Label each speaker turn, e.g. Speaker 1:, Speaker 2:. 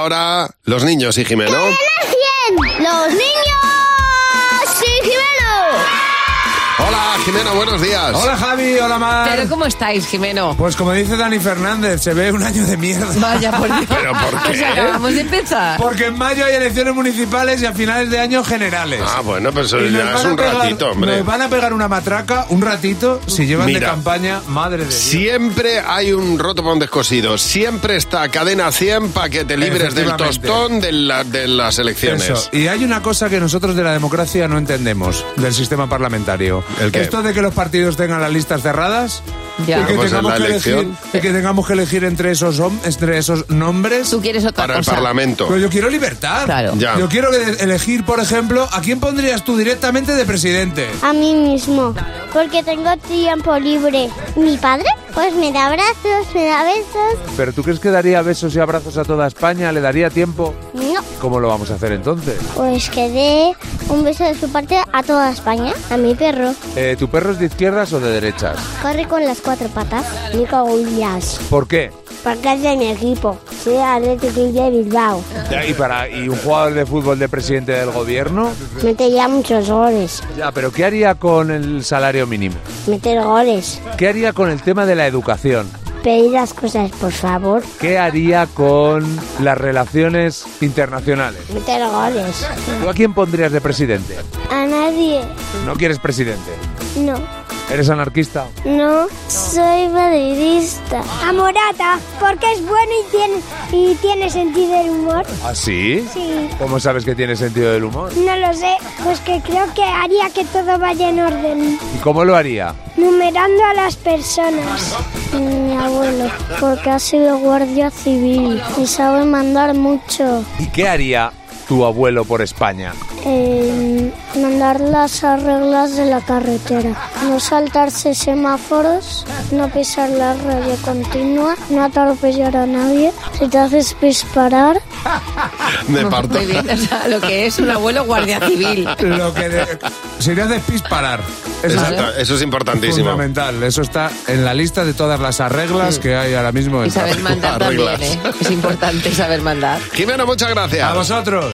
Speaker 1: Ahora, los niños y Jimeno.
Speaker 2: ¡Los niños! ¡Sí,
Speaker 1: Hola, Jimeno, buenos días.
Speaker 3: Hola Javi, hola
Speaker 4: Pero
Speaker 3: Mar.
Speaker 4: ¿cómo estáis, Jimeno?
Speaker 3: Pues como dice Dani Fernández, se ve un año de mierda.
Speaker 4: Vaya, por Dios.
Speaker 1: ¿Pero por qué?
Speaker 4: O sea, acabamos de empezar.
Speaker 3: Porque en mayo hay elecciones municipales y a finales de año generales.
Speaker 1: Ah, bueno, pues
Speaker 3: Y nos
Speaker 1: ya es
Speaker 3: van a
Speaker 1: un
Speaker 3: pegar-
Speaker 1: ratito, hombre.
Speaker 3: Nos van a pegar una matraca un ratito si llevan de
Speaker 1: Mira.
Speaker 3: campaña, madre de Dios.
Speaker 1: Siempre hay un roto para un descosido. Siempre está cadena 100 para que te libres del
Speaker 3: Efectivamente.
Speaker 1: tostón de, la- de las elecciones.
Speaker 3: Eso. Y hay una cosa que nosotros de la democracia no entendemos, del sistema parlamentario.
Speaker 1: ¿El qué?
Speaker 3: Esto de que los partidos tengan las listas cerradas
Speaker 4: Ya.
Speaker 3: y, que
Speaker 1: Pues en
Speaker 3: tengamos
Speaker 1: la
Speaker 3: que elegir,
Speaker 1: elección.
Speaker 3: y que tengamos que elegir entre esos, hom- entre esos nombres.
Speaker 4: Tú quieres otra
Speaker 1: Para el
Speaker 4: cosa.
Speaker 1: Parlamento.
Speaker 3: Pero yo quiero libertad.
Speaker 4: Claro.
Speaker 1: Ya.
Speaker 3: Yo quiero que- elegir, por ejemplo, a quién pondrías tú directamente de presidente.
Speaker 2: A mí mismo, porque tengo tiempo libre. ¿Mi padre? Pues me da abrazos, me da besos.
Speaker 3: Pero tú crees que daría besos y abrazos a toda España, le daría tiempo.
Speaker 2: No,
Speaker 3: ¿Cómo lo vamos a hacer entonces?
Speaker 2: pues que dé un beso de su parte a toda España, a mi perro.
Speaker 3: Eh, ¿Tu perro es de izquierdas o de derechas?
Speaker 2: Corre con las cuatro patas. Nico Williams,
Speaker 3: ¿Por qué?
Speaker 2: porque es de mi equipo. Soy Atlético de Bilbao.
Speaker 3: ¿Y, para, ¿Y un jugador de fútbol de presidente del gobierno?
Speaker 2: Mete ya muchos goles.
Speaker 3: Ya, pero ¿qué haría con el salario mínimo?
Speaker 2: Meter goles.
Speaker 3: ¿Qué haría con el tema de la educación?
Speaker 2: Pedir las cosas, por favor.
Speaker 3: ¿Qué haría con las relaciones internacionales?
Speaker 2: Meter goles.
Speaker 3: ¿Tú a quién pondrías de presidente?
Speaker 2: A nadie.
Speaker 3: ¿No quieres presidente?
Speaker 2: No.
Speaker 3: ¿Eres anarquista?
Speaker 2: No, soy madridista. A Morata, porque es bueno y tiene, y tiene sentido del humor.
Speaker 3: ¿Ah, sí?
Speaker 2: Sí,
Speaker 3: ¿Cómo sabes que tiene sentido del humor?
Speaker 2: no lo sé, pues que creo que haría que todo vaya en orden,
Speaker 3: ¿Y cómo lo haría?
Speaker 2: numerando a las personas. Mi abuelo, porque ha sido guardia civil y sabe mandar mucho.
Speaker 3: ¿Y qué haría tu abuelo por España?
Speaker 2: Eh, mandar las reglas de la carretera, no saltarse semáforos, no pisar la radio continua, no atropellar a nadie, si te haces disparar,
Speaker 1: De parto.
Speaker 4: Muy bien, o sea, lo que es un abuelo guardia civil.
Speaker 3: Lo que de- sería despisparar. Eso es
Speaker 1: Exacto, eso es importantísimo.
Speaker 3: fundamental. Eso está en la lista de todas las arreglas que hay ahora mismo. en
Speaker 4: Y saber
Speaker 3: tráfico.
Speaker 4: mandar también,
Speaker 1: Arreglas.
Speaker 4: ¿eh? Es importante saber mandar.
Speaker 1: Jimeno, muchas gracias.
Speaker 3: A vosotros.